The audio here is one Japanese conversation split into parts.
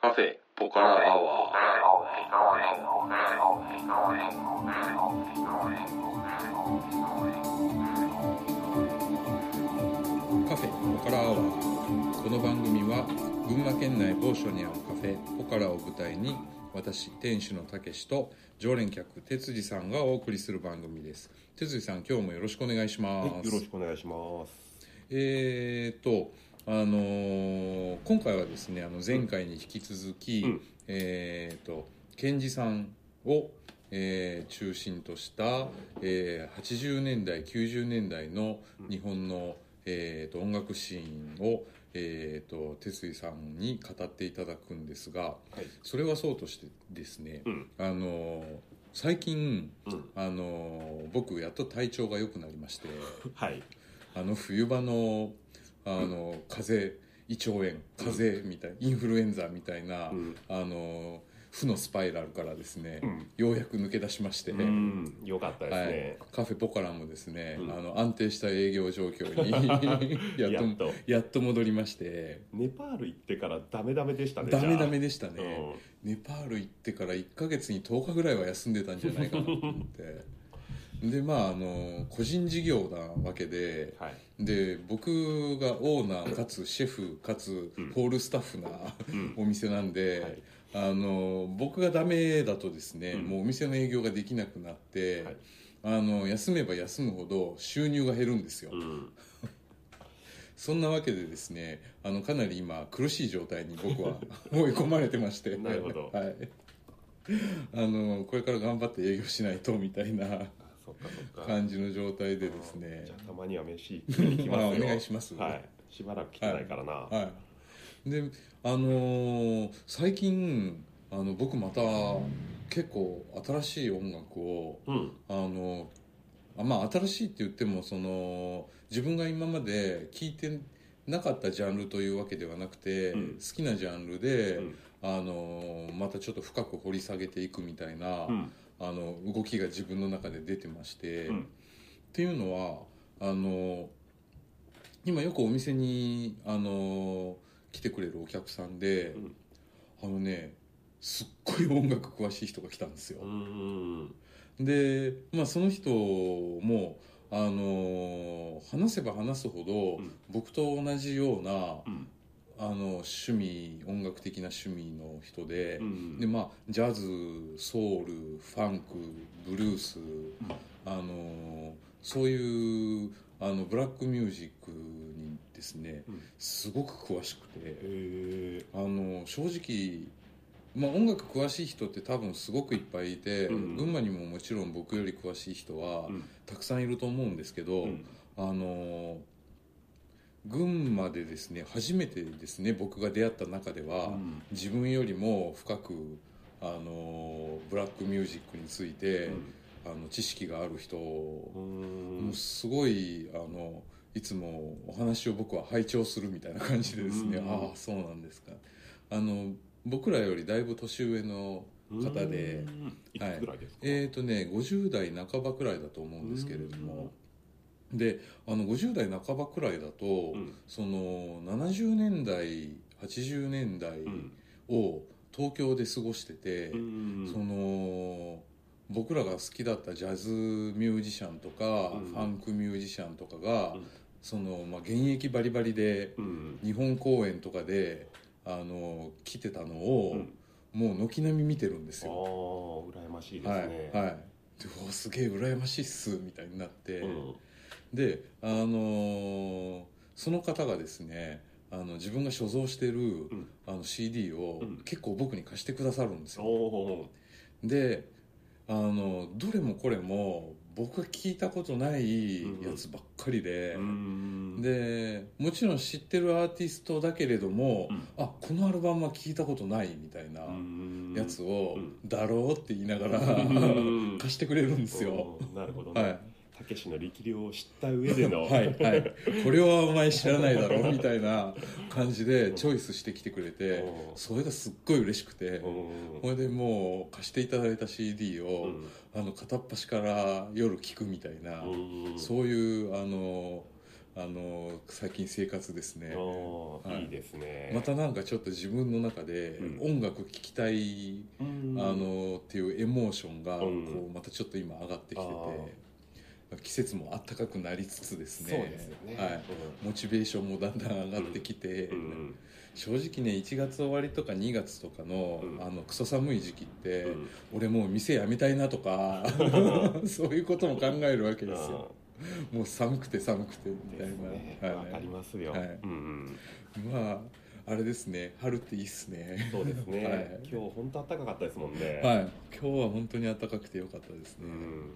カフェポカラアワーカフェポカラアワーこの番組は群馬県内某所にあるカフェポカラを舞台に私店主のたけしと常連客哲司さんがお送りする番組です哲司さん今日もよろしくお願いしまはす、い、よろしくお願いします。えー、と、あのー今回はですねあの前回に引き続き、うんえー、と賢治さんを、えー中心とした、えー80年代90年代の日本の、えー、と音楽シーンを、えー、と哲井さんに語っていただくんですがはい。それはそうとしてですね、うん。あのー最近、うん。あのー僕やっと体調が良くなりまして。はい。あの冬場のあの、風邪胃腸炎風邪みたいインフルエンザみたいな、うん。あの負のスパイラルからですね、うんようやく抜け出しまして、うん。よかったはでい、カフェポカラもですね、うんあの安定した営業状況に すやっね。やとっと。やっと戻りまして。ネパール行ってからダメダメでしたね。ダメダメででしたね、ネパール行ってから1ヶ月に10日ぐらいは休んでたんじゃないかなと思って でまああの個人事業なわけで、はい。で僕がオーナーかつシェフかつうんホールスタッフなうん。お店なんで、はい。あの僕がダメだとですね、うんもうお店の営業ができなくなって、はいあの休めば休むほど収入が減るんですよ、うん。そんなわけでですねあのかなり今苦しい状態に僕 は追い込まれてましてなるほどはい、あのこれから頑張って営業しないとみたいなあそっかそっか。感じの状態でですねじゃあたまには飯食いに行きますあよ。お願いしますはい。しばらく来てないからな。はい、であのー最近あの僕また結構新しい音楽をうん。あのあまあ新しいって言ってもその自分が今まで聴いてなかったジャンルというわけではなくて、うん好きなジャンルで、うんあのーまたちょっと深く掘り下げていくみたいな、うん。あの動きが自分の中で出てまして。うん。っていうのはあの今よくお店にあの来てくれるお客さんで、うんあのねすっごい音楽詳しい人が来たんですよう。ん。で、まあ、その人もあの話せば話すほど、うん僕と同じようなうん。あの趣味音楽的な趣味の人で。うん。でまあ、ジャズソウルファンクブルース、あのーそういうあのブラックミュージックにですねうんすごく詳しくて、へあのー正直、まあ、音楽詳しい人って多分すごくいっぱいいて、うん群馬にももちろん僕より詳しい人はうんたくさんいると思うんですけど、え。うん。あのー群馬でですね初めてですね僕が出会った中では。うん自分よりも深くあのブラックミュージックについて、あの知識がある人、うんもうすごいあのいつもお話を僕は拝聴するみたいな感じでですね、うんああそうなんですかあの僕らよりだいぶ年上の方でうんいくつぐらいですか、えっ、とね50代半ばくらいだと思うんですけれども、であの50代半ばくらいだと、うんその70年代80年代、うんを東京で過ごしてて、うんその僕らが好きだったジャズミュージシャンとか、うんファンクミュージシャンとかが、うんそのまあ、現役バリバリでうん日本公演とかであの来てたのを、うんもう軒並み見てるんですああよ。羨ましいではすいね、はいでうわすげえ羨ましいっすみたいになって、うんであのーその方がですねあの自分が所蔵してる、んあの CD をうん結構僕に貸してくださるんですよ、おーであのどれもこれも僕が聞いたことないやつばっかりで、うんでもちろん知ってるアーティストだけれども、うんあこのアルバムは聞いたことないみたいなうんやつをうん「だろう」って言いながら うん貸してくれるんですよ。おーなるほどはねいたけしの力量を知った上で のはいはい、これはお前知らないだろうみたいな感じでチョイスしてきてくれておーそれがすっごい嬉しくてうんそれでもう貸していただいた CD を、うんあの片っ端から夜聞くみたいな、うんそういうあのああの最近生活ですねおーはいいいですねまたなんかちょっと自分の中でうん音楽聴きたい、うんあのっていうエモーションがこうんうまたちょっと今上がってきてて、季節も暖かくなりつつですそうねですよねはい、モチベーションもだんだん上がってきて、うんうん正直ね1月終わりとか2月とかの,、うんあのクソ寒い時期って、うん俺もう店辞めたいなと かそういうことも考えるわけですよもう寒くて寒くてみうんたいですねな、わかりますよ、はいうんうんまああれですね春っていいっすねそうですね、はい今日本当暖かかったですもんね、はい今日は本当に暖かくてよかったですうね、ん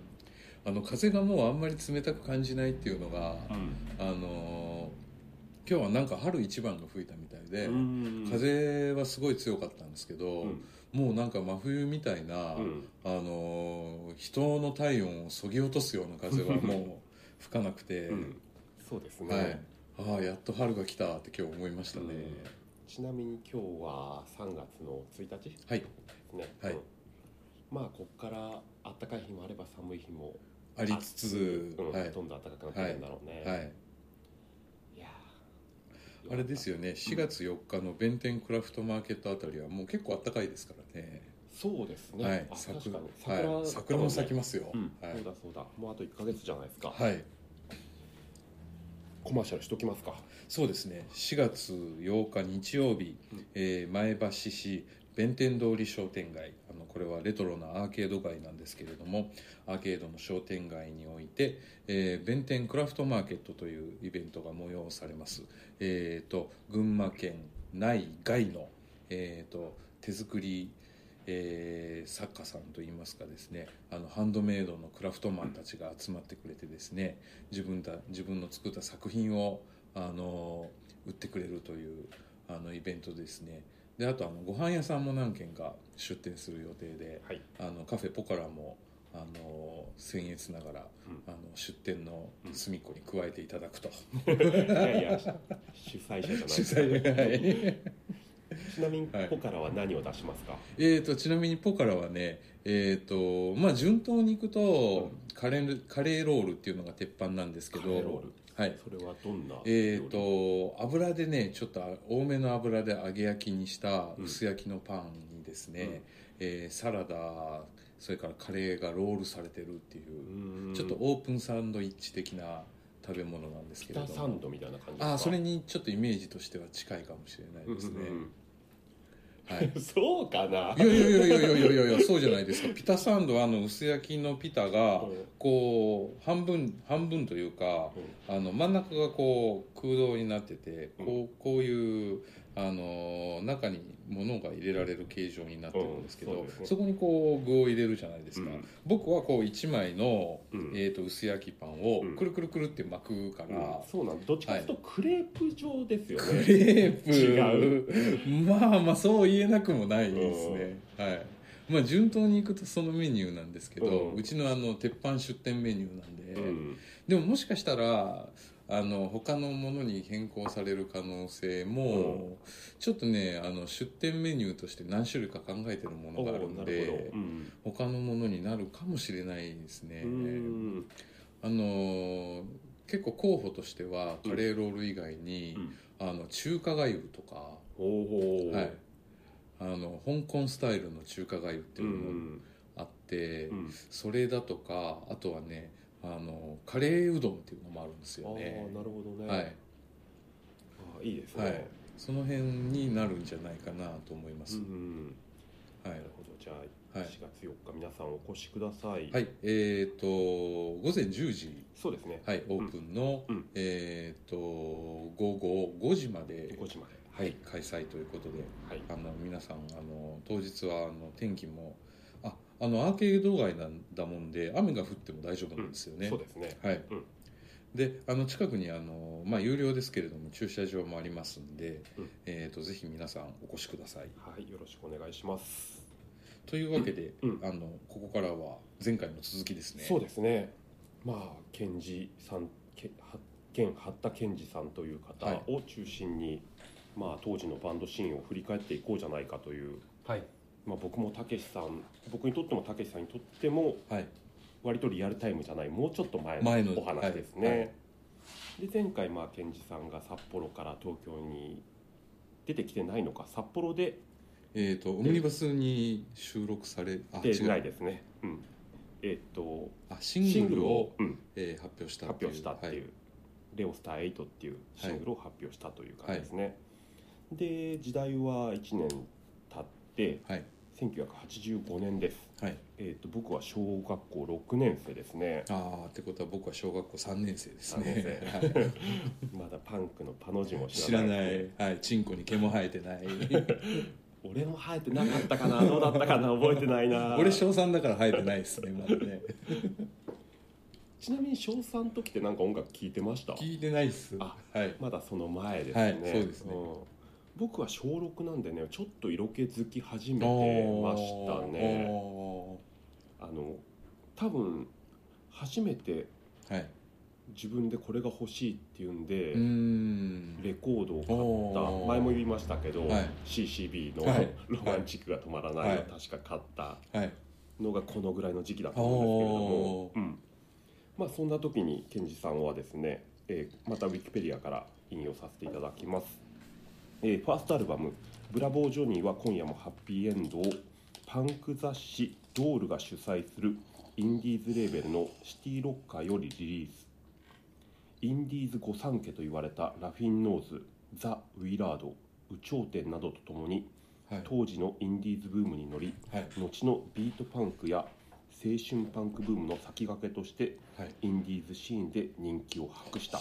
あの風がもうあんまり冷たく感じないっていうのが、うんあのー今日はなんか春一番が吹いたみたいで、うん風はすごい強かったんですけど、うんもうなんか真冬みたいな、うんあのー人の体温をそぎ落とすような風 はもう吹かなくて、うんそうですね、はい、ああやっと春が来たって今日思いましたね、うんちなみに今日は3月の1日ですはいね、はいうんまあここから暖かい日もあれば寒い日もありつつ、うんはいどんどん暖かくなってくるんだろうね、はい、いやあれですよよね4月4日の弁天クラフトマーケットあたりはもう結構暖かいですからねそうですね、はいあ咲確かにくはい、桜も咲きまますよ、うんはいそうだそうだもうあと1か月じゃないですか、はい、コマーシャルしときま すかそうですね4月8日日曜日、うんえー前橋市弁天通り商店街あのこれはレトロなアーケード街なんですけれどもアーケードの商店街において、えー弁天クラフトマーケットというイベントが催されますえー、と群馬県内外の、えー、と手作り、えー作家さんといいますかですねあのハンドメイドのクラフトマンたちが集まってくれてですね自分た自分の作った作品をあの売ってくれるというあのイベントですねであとあのご飯屋さんも何軒か出店する予定ではいあのカフェポカラもあの僭越ながら、うんあの出店の隅っこに加えていただくと、いやいや主催者じゃない主催ではい ちなみにはいここからは何を出しますか、えー、とちなみにポカラはね、えーとまあ、順当にいくとうカレーカレーロールっていうのが鉄板なんですけどカレーロールはいそれはどんなえー、と油でねちょっと多めの油で揚げ焼きにしたうん薄焼きのパンにですね、うんえーサラダそれからカレーがロールされてるっていう、とちょっとオープンサンドイッチ的な食べ物なんですけれ北どサもンドみたいな感じですかあーそれにちょっとイメージとしては近いかもしれないですね、うんうんはいうんそうかなやいいやいやいやいやいやいやそうじゃないですかピタサンドはあの薄焼きのピタがうんこう半分半分というかあの真ん中がこう空洞になっててこうこういうあのー中に物が入れられる形状になってるんですけど、うんそそうですねこにこう具を入れるじゃないですか、うん僕はこう1枚の、うんえー、と薄焼きパンをうんくるくるくるって巻くかうら、んそうなんどっちかというとクレープ状ですよクね、レープまあまあそう言えなくもないですね、はいまあ順当にいくとそのメニューなんですけど、ううんちのあの鉄板出店メニューなんで、うんでももしかしたらあの他のものに変更される可能性も、ちょっとねあの出店メニューとして何種類か考えてるものおがあるーんなるほどで、うん他のものになるかもしれないですね、うんあのー結構候補としてはカレーロール以外に、あの中華がゆとか、おおー、はい、あの香港スタイルの中華がゆってういんうのもあって、うんうんそれだとかあとはねあのカレーうどんっていうのもあるんですあよあねなるほどね、はい、あーいいですね、はいその辺になるんじゃないかなと思いまうす、んはないる、ほどじゃあは4い月4日皆さんお越しください、はい、えっ、と午前10時そうですね、はいオープンの、うんうんえっ、と午後5時まで5時まではい開催ということではいあの皆さんあの当日はあの天気もああのアーケード街なんだもんで雨が降っても大丈夫なんですよね、そうですねはい、うんであの近くにあの、まあ、有料ですけれども駐車場もありますんで、うんえー、とぜひ皆さんお越しくださいはいよろしくお願いします、というわけで、うんあのここからは前回の続きですねそうですねまあ賢治さんけは現八田賢治さんという方はいを中心に、まあ当時のバンドシーンを振り返っていこうじゃないかというはい、まあ、僕もたけしさん僕にとってもたけしさんにとってもはい、割とリアルタイムじゃないもうちょっと前前ののお話ですね、はいはいで前回まあ賢治さんが札幌から東京に出てきてないのか札幌でえっ、とオムニバスに収録されあでない違うですね、うん、えっとあシングルを、うんえー発表した発表したっていう、はレオスター8っていうシングルを発表したという感じですね、で時代は1年経って、はい1985年です、はいえー、と僕は小学校6年生ですねああってことは僕は小学校3年生ですね三まだパンクのパの字も知知ららないないはいチンコに毛も生えてない 俺も生えてなかったかなどうだったかな覚えてないな俺小3だから生えてないですねまだね ちなみに小3の時ってなんか音楽聴いてました聞いてないっすあはいまだその前ですね、はいそうですねん僕は小6なんでねちょっと色気づき始めあてましたねーあの多分初めてあーはい自分でこれが欲しいっていうんで、うーんレコードを買っおーた前も言いましたけど、はい CCB の、はいロマンチックが止まらない」はをい確か買ったはいのがこのぐらいの時期だと思うんですけれども、うんまあ、そんな時に賢治さんはですね、えーまたウィキペディアから引用させていただきます、えーファーストアルバム「ブラボージョニーは今夜もハッピーエンド」をパンク雑誌「ドール」が主催するインディーズレーベルのシティロッカーよりリリースインディーズ御三家と言われたラフィンノーズザ・ウィラード有頂天などとともにはい当時のインディーズブームに乗りはい後のビートパンクや青春パンクブームの先駆けとしてはいインディーズシーンで人気を博した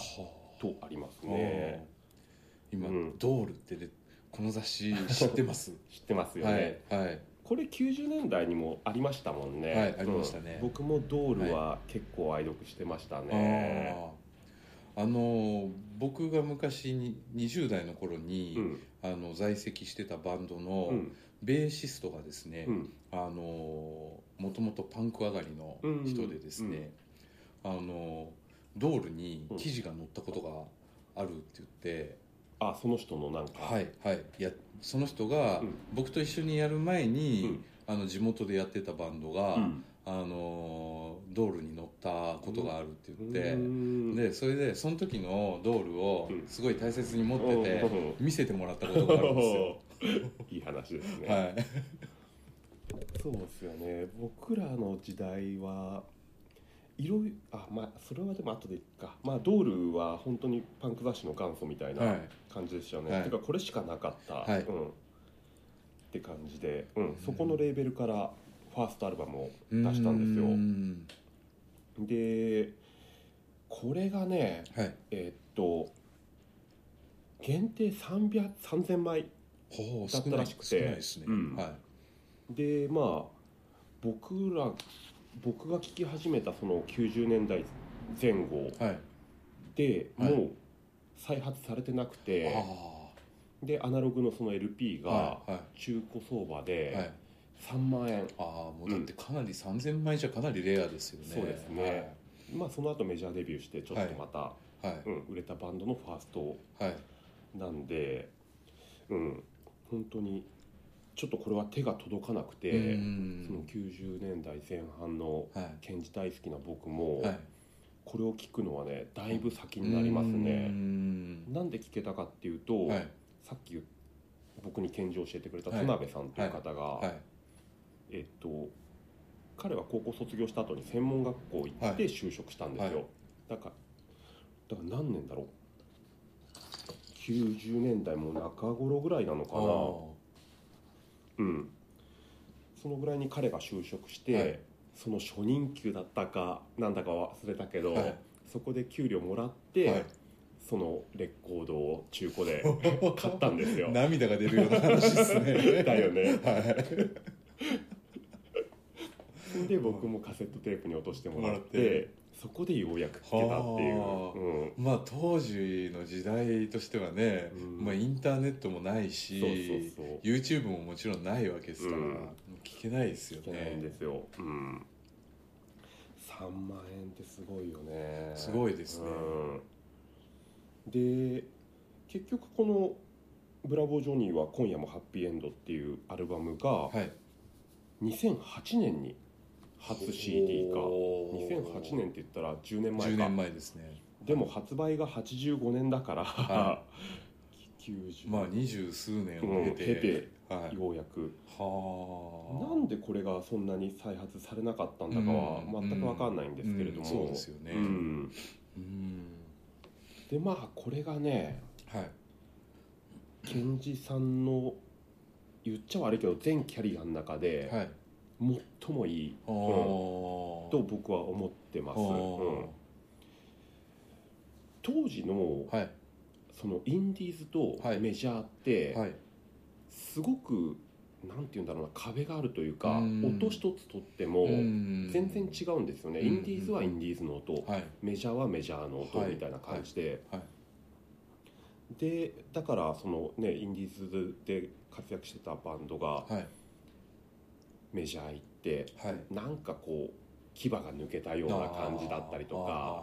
とありますねあー今、うんドールってでこの雑誌知ってます知って ますよはね、いはいこれ90年代にもありましたもんねはいありましたねうん僕もドールは結構愛読してましたね、あーあのー僕が昔に20代の頃に、うんあの在籍してたバンドのうんベーシストがですね、うんあのもともとパンク上がりの人でですね、あのドールに記事が載ったことがあるって言って、あその人のなんか、はいはいいやその人がうん僕と一緒にやる前に、うんあの地元でやってたバンドが、うんあのドールに乗ったことがあるって言って、うんでそれでその時のドールをうんすごい大切に持ってて、うん見せてもらったことがあるんですよ。 いい話です ね、はい、そうですよね僕らの時代はいろいろあまあそれはでも後でいっかまあドールは本当にパンク雑誌の元祖みたいはない感じでしたよね、はいてかこれしかなかった、はいうん、って感じで、うん、そこのレーベルからファーストアルバムを出したんですようーんでこれがねはいえっと限定300 3000枚ほう少だったならいしくて少ないですね、うんはいでまあ僕ら僕が聞き始めたその90年代前後はいで、はいもう再発されてなくてあでアナログのその LP あはがいは中古相場い、はでい、 3万円、ああもうだってかなり3000枚じゃかなりレアですよねそうですねまあその後メジャーデビューしてちょっとまた、はいうん、売れたバンドのファーストはい、はいなんでうん本当にちょっとこれは手が届かなくて、うそのん90年代前半のはケンジ大好きな僕も、いはいこれを聞くのはねだいぶ先になりますね、ねなんで聞けたかっていうと、はいさっき言っ僕に献上を教えてくれた田辺さんという方が、はいえっと彼は高校卒業した後に専門学校行って就職したんですよ、はいだからだから何年だろう90年代も中頃ぐらいなのあかーなうんそのぐらいに彼が就職して、はいその初任給だったかなんだかは忘れたけど、はいそこで給料もらって、はいそのレコードを中 古で 買ったんですよ。涙が出るような話ですね だよね。はいで僕もカセットテープに落としてもらもっらってそこでようやく聴けたっていうはあ、うんまあ当時の時代としてはね、うんまあインターネットもないしそうそうそう YouTube ももちろんないわけですから、うん聞けないですよ聴けないんねですよ、うん、3万円ってすごいよねすごいですねうんで結局この「ブラボージョニーは今夜もハッピーエンド」っていうアルバムがはい2008年に初 CD がおー2008年って言ったら10年前10か年前ですねでも発売が85年だから、は 90、まあ二十数年うを経んて,、経てはい、ようやくはなんでこれがそんなに再発されなかったんだかはうん全く分かんないんですけれども、うんそうですよねうんあうんでまあこれがねはい賢治さんの言っちゃ悪いけど全キャリアの中ではい最もいいあーと僕は思ってます、うん当時のあーはいそのインディーズとはいメジャーってはいすごくなんて言うんだろうな壁があるというかうん音一つとっても全全然違うんですよねうんインディーズはインディーズの音はいメジャーはメジャーの音はいみたいな感じで、はいはでだからそのねインディーズで活躍してたバンドがはいメジャー行ってはいなんかこう牙が抜けたような感じだったりとか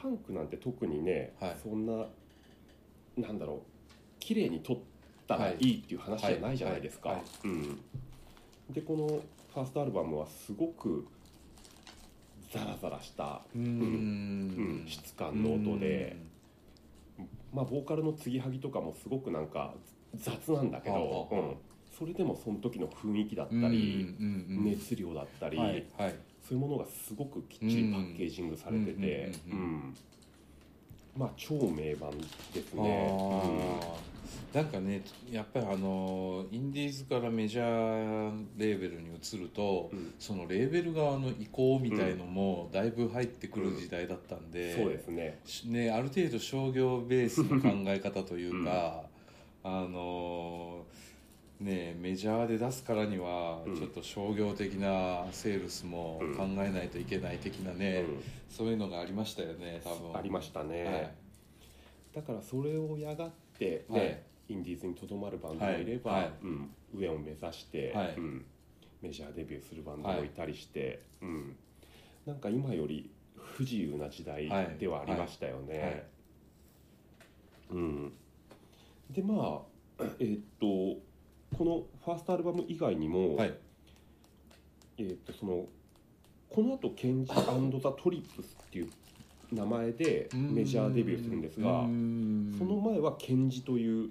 パンクなんて特にね、はいそんななんだろう綺麗に撮ったらいいっていう話じゃないじゃないですか。はいはうんでこのファーストアルバムはすごくザラザラした、うーうんん質感の音で。まあ、ボーカルの継ぎはぎとかもすごくなんか雑なんだけど、ああああうんそれでもその時の雰囲気だっうんたり、うんうんうん熱量だったり、はいはいそういうものがすごくきっちりパッケージングされてて、うんうんうんううんまあ超名盤ですあね。ーなんかねやっぱりあのインディーズからメジャーレーベルに移るとうんそのレーベル側の移行みたいのもだいぶ入ってくる時代だったんで、そうですね、ね、ある程度商業ベースの考え方という か、あのーねメジャーで出すからにはうんちょっと商業的なセールスも考えないといけない的なね、そういうのがありましたよね多うん分ありましたね、はいだからそれをやがって、ねはいインディーズにとどまるバンドもいれば、はいはいうん上を目指して、はいうんメジャーデビューするバンドもいたりして、うん、なんか今より不自由な時代ではありましたよね。はいはいうん、でまあ えーっとこのファーストアルバム以外にも、はいえーっとそのこの後ケンジザ・トリップスっていう名前でメジャーデビューするんですが。うんその前はケンジという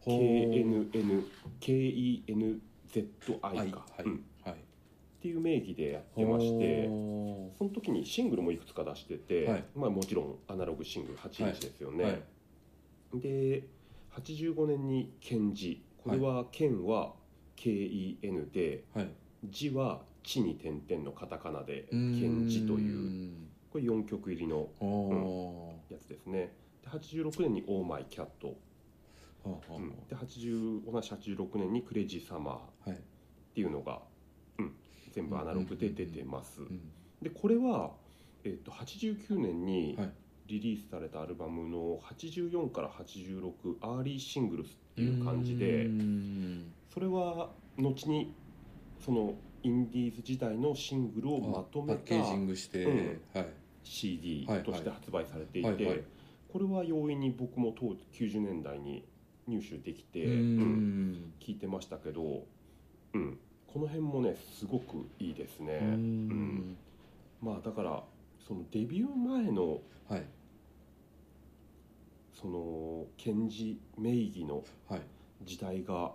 ほー KNNKENZI か、はいはいうんはいっていう名義でやってましてほその時にシングルもいくつか出してて、はいまあ、もちろんアナログシングル8インチですよーね、はいで85年にケンジこれはケンは KEN ではいジは地に点々のカタカナでケうーんンジというこれ4曲入りのほーうやつですねで86年に「オーマイキャット」ほーほーうんで80同じ86年に「クレイジーサマー」はいっていうのが、うん、全部アナログで出てます、うんでこれは、えっと89年にはいリリースされたアルバムの84から86アーリーシングルスっていう感じでうんそれは後にそのインディーズ時代のシングルをまとめパッケたージングして、うんはい CD はいはいとして発売されていはいはいてこれは容易に僕も当90年代に入手できて、ううんん聞いてましたけど、うん、この辺もねすごくいいですね、うんまあだからそのデビュー前のはいその検事名義のはい時代が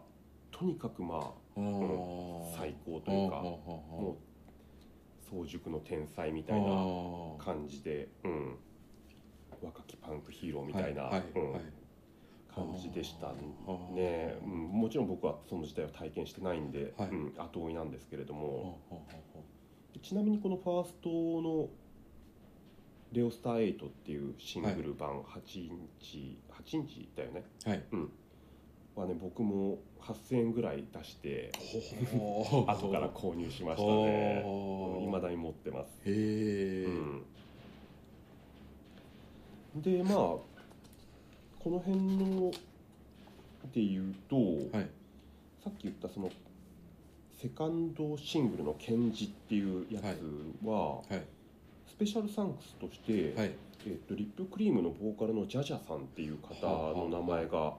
とにかくまああー最高というかもう早熟の天才みたいなじ感じで、うん、若きパンクヒーローみたいな、はいはいうんはい感じでしたね、あー うん、もちろん僕はその時代を体験してないんで、はいうん、後追いなんですけれどあーも、あーちなみにこのファーストの「レオスター8」っていうシングル版8インチ、8インチだよねあーはいはね僕も8000円ぐらい出してほー後から購入しましたねほーいまだに持ってます、へえうん、でまあこの辺ので言うと、はいさっき言ったそのセカンドシングルの「ケンジ」っていうやつは、いはいスペシャルサンクスとして、はいえっと、リップクリームのボーカルのジャジャさんっていう方の名前が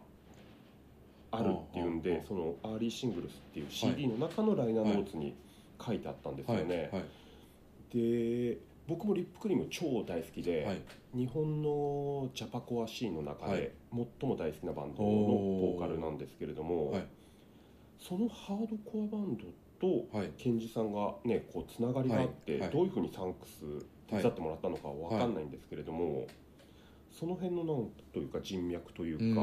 あるっていうんはあではそのアーリーシングルスっていう CD の中のライナーノーツに書いてあったんですよはいねはいで僕もリップクリーム超大好きで、はい日本のジャパコアシーンの中はいで最も大好きなバンドのおーボーカルなんですけれども、はいそのハードコアバンドとはいケンジさんがねこうつながりがあって、はいはいどういうふうにサンクス手伝ってもらったのかわかんないんですけれども、その辺のなんというか人脈というか、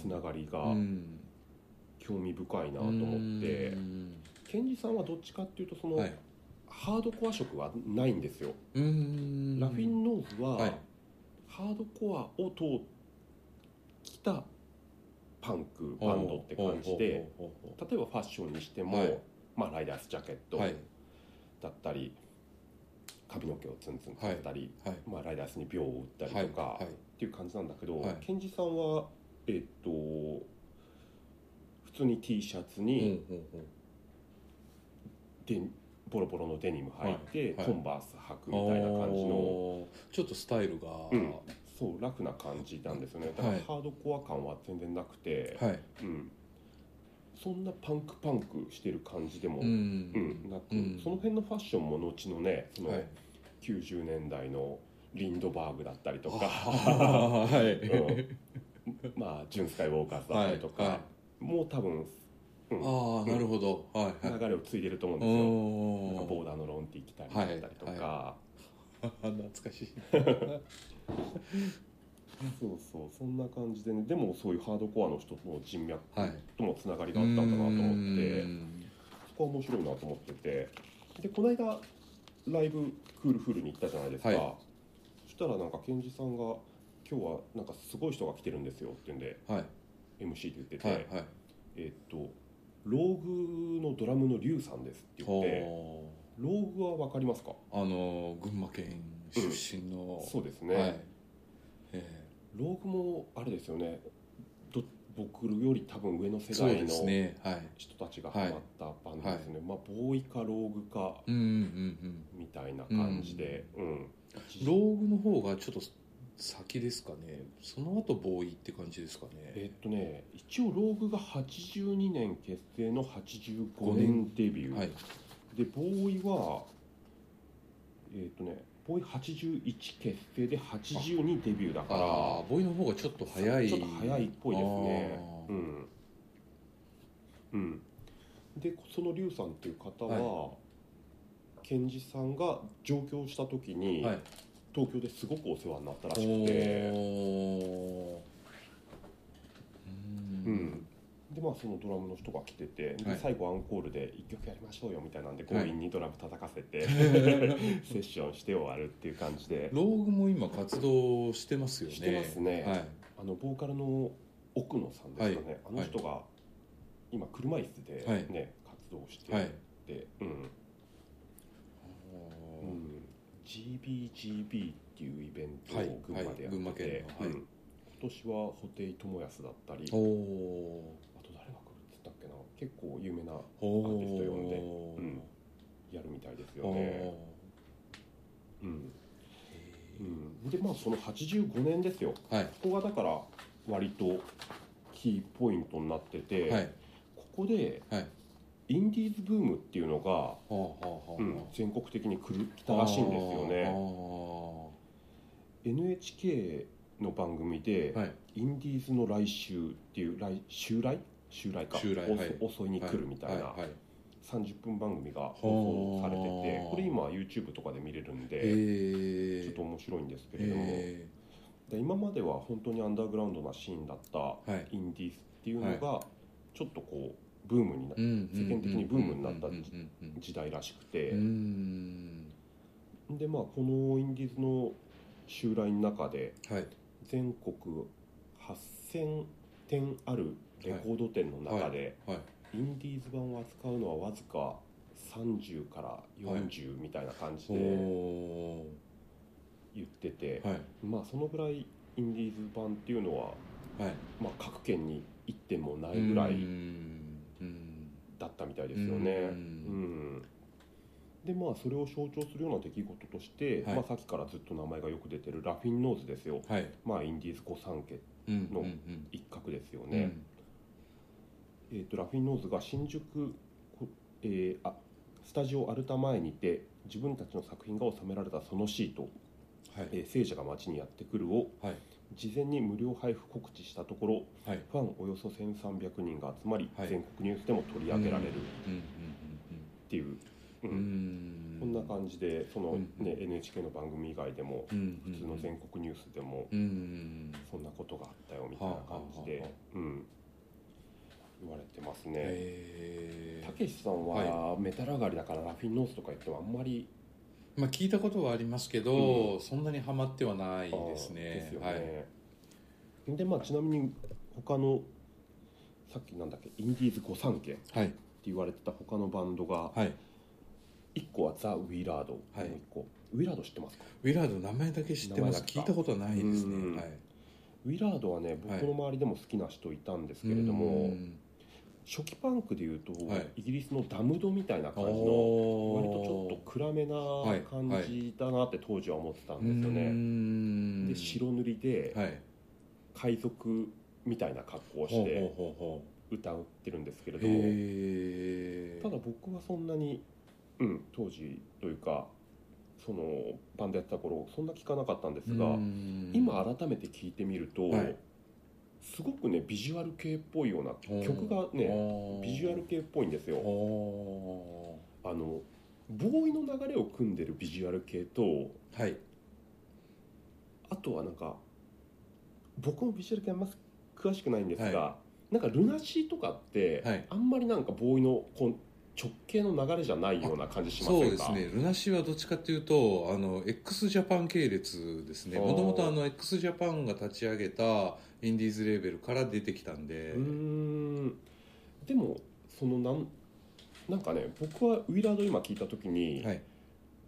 つながりがうん興味深いなと思って、うんケンジさんはどっちかっていうとその、はいハードコア色はないんですよ、うんラフィンノーズは、はいハードコアを通きたパンクバンドって感じでほうほうほうほうほ例えばファッションにしても、はいまあ、ライダースジャケッうトはいだったり、髪の毛をツンツン買ったり、はいまあ、ライダースに秒を打ったはいりとか、はいっていう感じなんだけど、はいケンジさんはえっと普通に T シャツに、ほうほうでボロボロのデニム履いて、はいはいコンバース履くほうみたいな感じのあーちょっとスタイルがうんそうラフな感じなんですよねだからはいハードコア感は全然なくて、はいうん、そんなパンクパンクしてる感じでうも、うんんなく、うんその辺のファッションも後のねそのはい90年代のリンドバーグだったりとか、あーはいうんまあジュン・スカイ・ウォーカーズだったりとか、はいはもう多分うんああなるほどはいはい流れを継いでると思うんですよ、なんかボおーダーのロンティー着たりだはっいたりとか、懐かしいそうそうそんな感じでねでもそういうハードコアの人との人脈はいともつながりがあったんだなと思ってうんそこは面白いなと思っててでこの間ライブクールフールに行ったじゃないですか、はいそしたらなんかケンジさんが「今日はなんかすごい人が来てるんですよ」って言うんではい MC で言ってて、はいはいえっと「ローグのドラムのリュウさんです」って言ってほ「ローグは分かりますかうあの群馬県出身のそうですね、はいえローグもあれですよねど僕より多分上の世ーそう代でのすねはい人たちがハマったバンドですね、まあボーイかローグかうんうんみたいな感じで、うんうんローグの方がちょっと先ですかねその後ボーイって感じですかえねっとね一応ローグが82年結成の85年デビュー、はいでボーイはえっとねボーイ81結成で82デビューだからああボーイの方がちょっと早いちょっと早いっぽいですねあうーん、うん、でそのリュウさんっていう方は、ケンジさんが上京した時に、はい東京ですごくお世話になったらしくて、おーううんん、でまあそのドラムの人が来てて、ではい最後アンコールで1曲やりましょうよみたいなんではい強引にドラム叩かせて、 セッションして終わるっていう感じでローグも今活動してますよねしてますねはいあのボーカルの奥野さんですかね、あの人が、今車椅子で、ねはい活動してて、はいうん。おうーん GBGB っていうイベントはいを群馬でやはい群馬って県て、のはいうん今年は布袋寅泰だったりあとお誰が来るっつったっけな結構有名なーおアーティスト呼んでおうんやるみたいですよおね、うんうん、でまあその85年ですよーはいここがだから割とキーポイントになってて、はいここで、はいインディーズブームっていうのが、はあはあはあうん全国的に来る来たらしいんですよあーね NHK の番組で、はいインディーズの来週っていう来襲来襲来か襲来おそはい遅いに来るみたいな、はいはいはい30分番組が放送されててはあこれ今 YouTube とかで見れるんえで、ーちょっと面白いんですけれども、えで今までは本当にアンダーグラウンドなシーンだったーはいインディーズっていうのがちょっとこうブームになうんうんうん世間的にブームになったうんうんうん時代らしくて、うんでまあこのインディーズの襲来の中ではい全国8000点あるレコード店の中で、はいインディーズ版を扱うのはわずか30から40みたいな感じおでお言ってて、ーはいまあそのぐらいインディーズ版っていうのは、はいまあ、各県に1点もないぐらういんうんだったみたいですよね。ううんんでまあそれを象徴するような出来事として、はいまあ、さっきからずっと名前がよく出てるラフィンノーズですよ、はいまあ、インディーズ御三家うんうんのうん一角ですよね。えー、とラフィン・ノーズが新宿、こえーあスタジオアルタ前にて自分たちの作品が収められたそのシートはい「えー聖者が街にやってくる」をはい事前に無料配布告知したところはいファンおよそ1300人が集まり、はい全国ニュースでも取り上げられるっうんていう、ううんうんうんうんんこんな感じでその、うんね NHK の番組以外でもうんうん普通の全国ニュースでもうんそんなことがあったよみたいな感じで、はあはあはうん、言われてますね。えたけしさんはメタル上がりだからラフィンノースとか言ってもあんまりまあ聞いたことはありますけど、そんなにハマってはないあーですねですよはいね。でまあちなみに他のさっきなんだっけインディーズ御三家ってはい言われてた他のバンドがはい一個はザ・ウィラード、はいもう一個ウィラード知ってますかウィラード名前だけ知ってます名前だけ聞いたことはないですうんねはいウィラードはね僕はいの周りでも好きな人いたんですけれども、うん初期パンクでいうと、はいイギリスのダムドみたいな感じのおー割とちょっと暗めな感じだなって当時は思ってたんですよね、ねで白塗りではい海賊みたいな格好をしほうてほうほ歌ってるんですけれうほうども、へえただ僕はそんなに、うん、当時というかそのバンドやってた頃そんな聞かなかったんですが、今改めて聞いてみると、はいすごくねビジュアル系っぽいような曲がねビジュアル系っぽいんですよおあのボーイの流れを組んでるビジュアル系とーはいあとはなんか僕もビジュアル系あんま詳しくないんですが、はなんかルナシーとかって、はいあんまりなんかボーイのこう直系の流れじゃないような感じしまそせうんでかすねルナシーはどっちかっていうとあの x ジャパン系列ですねあーもともとあの x ジャパンが立ち上げたインディーズレーベルから出てきたんでうーんでもそのなんなんかね僕はウィラード今聞いた時に、はい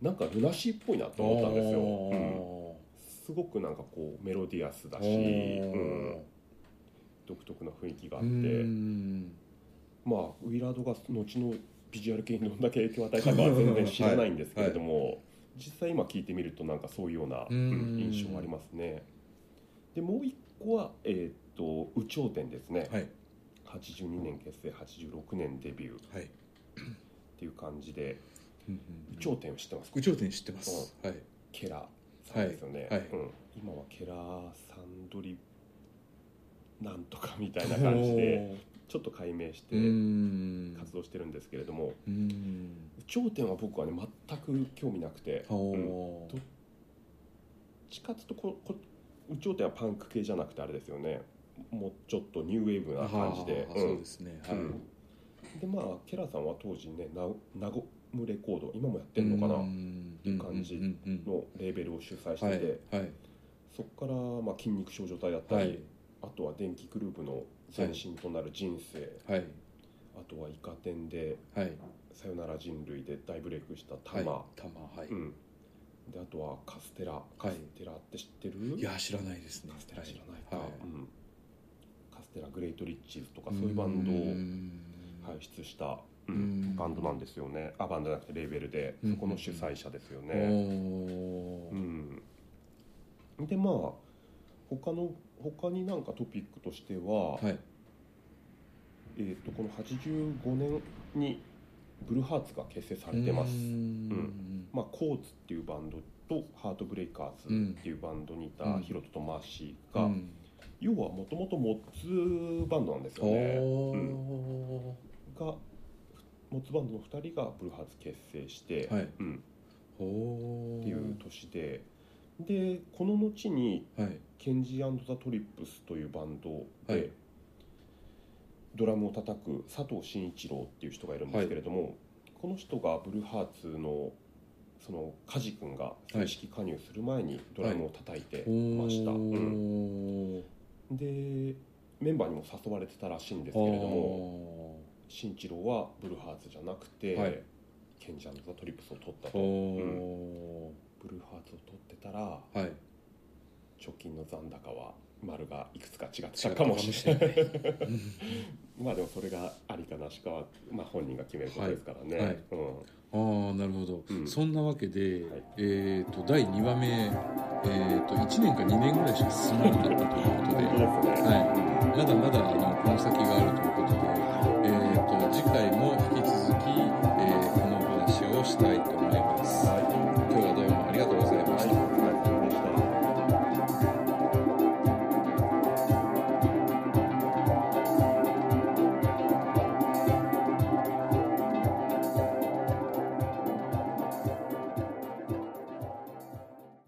なんかルナシーっぽいなと思ったんですよ、おうんーすごくなんかこうメロディアスだおし、ーうん独特な雰囲気があっうて、んまあウィラードが後のビジュアル系にどんだけ影響を与えたかは全然知らないんですけれども、実際今聞いてみるとなんかそういうような、うんうん印象ありますねでもう一個はえーっと「有頂天」ですね、はい82年結成86年デビューっはいていう感じでうん「うん有頂天」を知ってますか有頂天知ってますはいケラさんですよね、はいはいうん、今はケラサンドリなんとかみたいな感じでちょっと解明しおーうんて活動してるんですけれどもうん頂点は僕はね全く興味なくておーど地下鉄とここ頂点はパンク系じゃなくてあれですよねもうちょっとニューウェーブな感じであーうんそうですねはいうんでまあケラさんは当時ねなナゴムレコード今もやってるのかなうんっていう感じうんうんうんのレーベルを主催しはていて、はいそこから、まあ、筋肉少女隊だったり、はいあとは電気グループの前身となる人生、はいあとはイカ天ではい「さよなら人類」で大ブレイクしたはい玉、玉はいうん、であとはカステラカステラって知ってる、いや知らないですねカステラ知らないか、はいうん、カステラグレートリッチーズとかそういうバンドを輩出した、ううんんバンドなんですよねあバンドじゃなくてレーベルでうんそこの主催者ですよね、おーうん、でまあ他の他になんかトピックとしては、はいえー、とこの85年にブルーハーツが結成されてます、うんまあ、コーツっていうバンドとハートブレイカーズっていうバンドにいたうんヒロトとマーシーが、うん要はもともとモッツバンドなんですよねおうーがモッツバンドの2人がブルーハーツ結成して、はいうん、おっっていう年ででこの後にはいケンジザ・トリップスというバンドで、はいドラムを叩く佐藤慎一郎っていう人がいるんですけれども、この人がブルーハーツのその梶君が正式加入する前にドラムを叩いてました、おーうんでメンバーにも誘われてたらしいんですけれども慎一郎はブルーハーツじゃなくて、はいケンジ・トリップスを取ったおーとおブルーハーツを取ってたらーはい貯金の残高は丸がいくつか違ってたかもしれないれないまあでもそれがありかなしかは、まあ、本人が決めることですからね、はいはいうあん、あなるほど、うんそんなわけで、はいえっ、と第2話目えっ、と1年か2年ぐらいしか進まなかったということで本当ですね、はいまだまだあのこの先があるということでえっ、と次回も引き続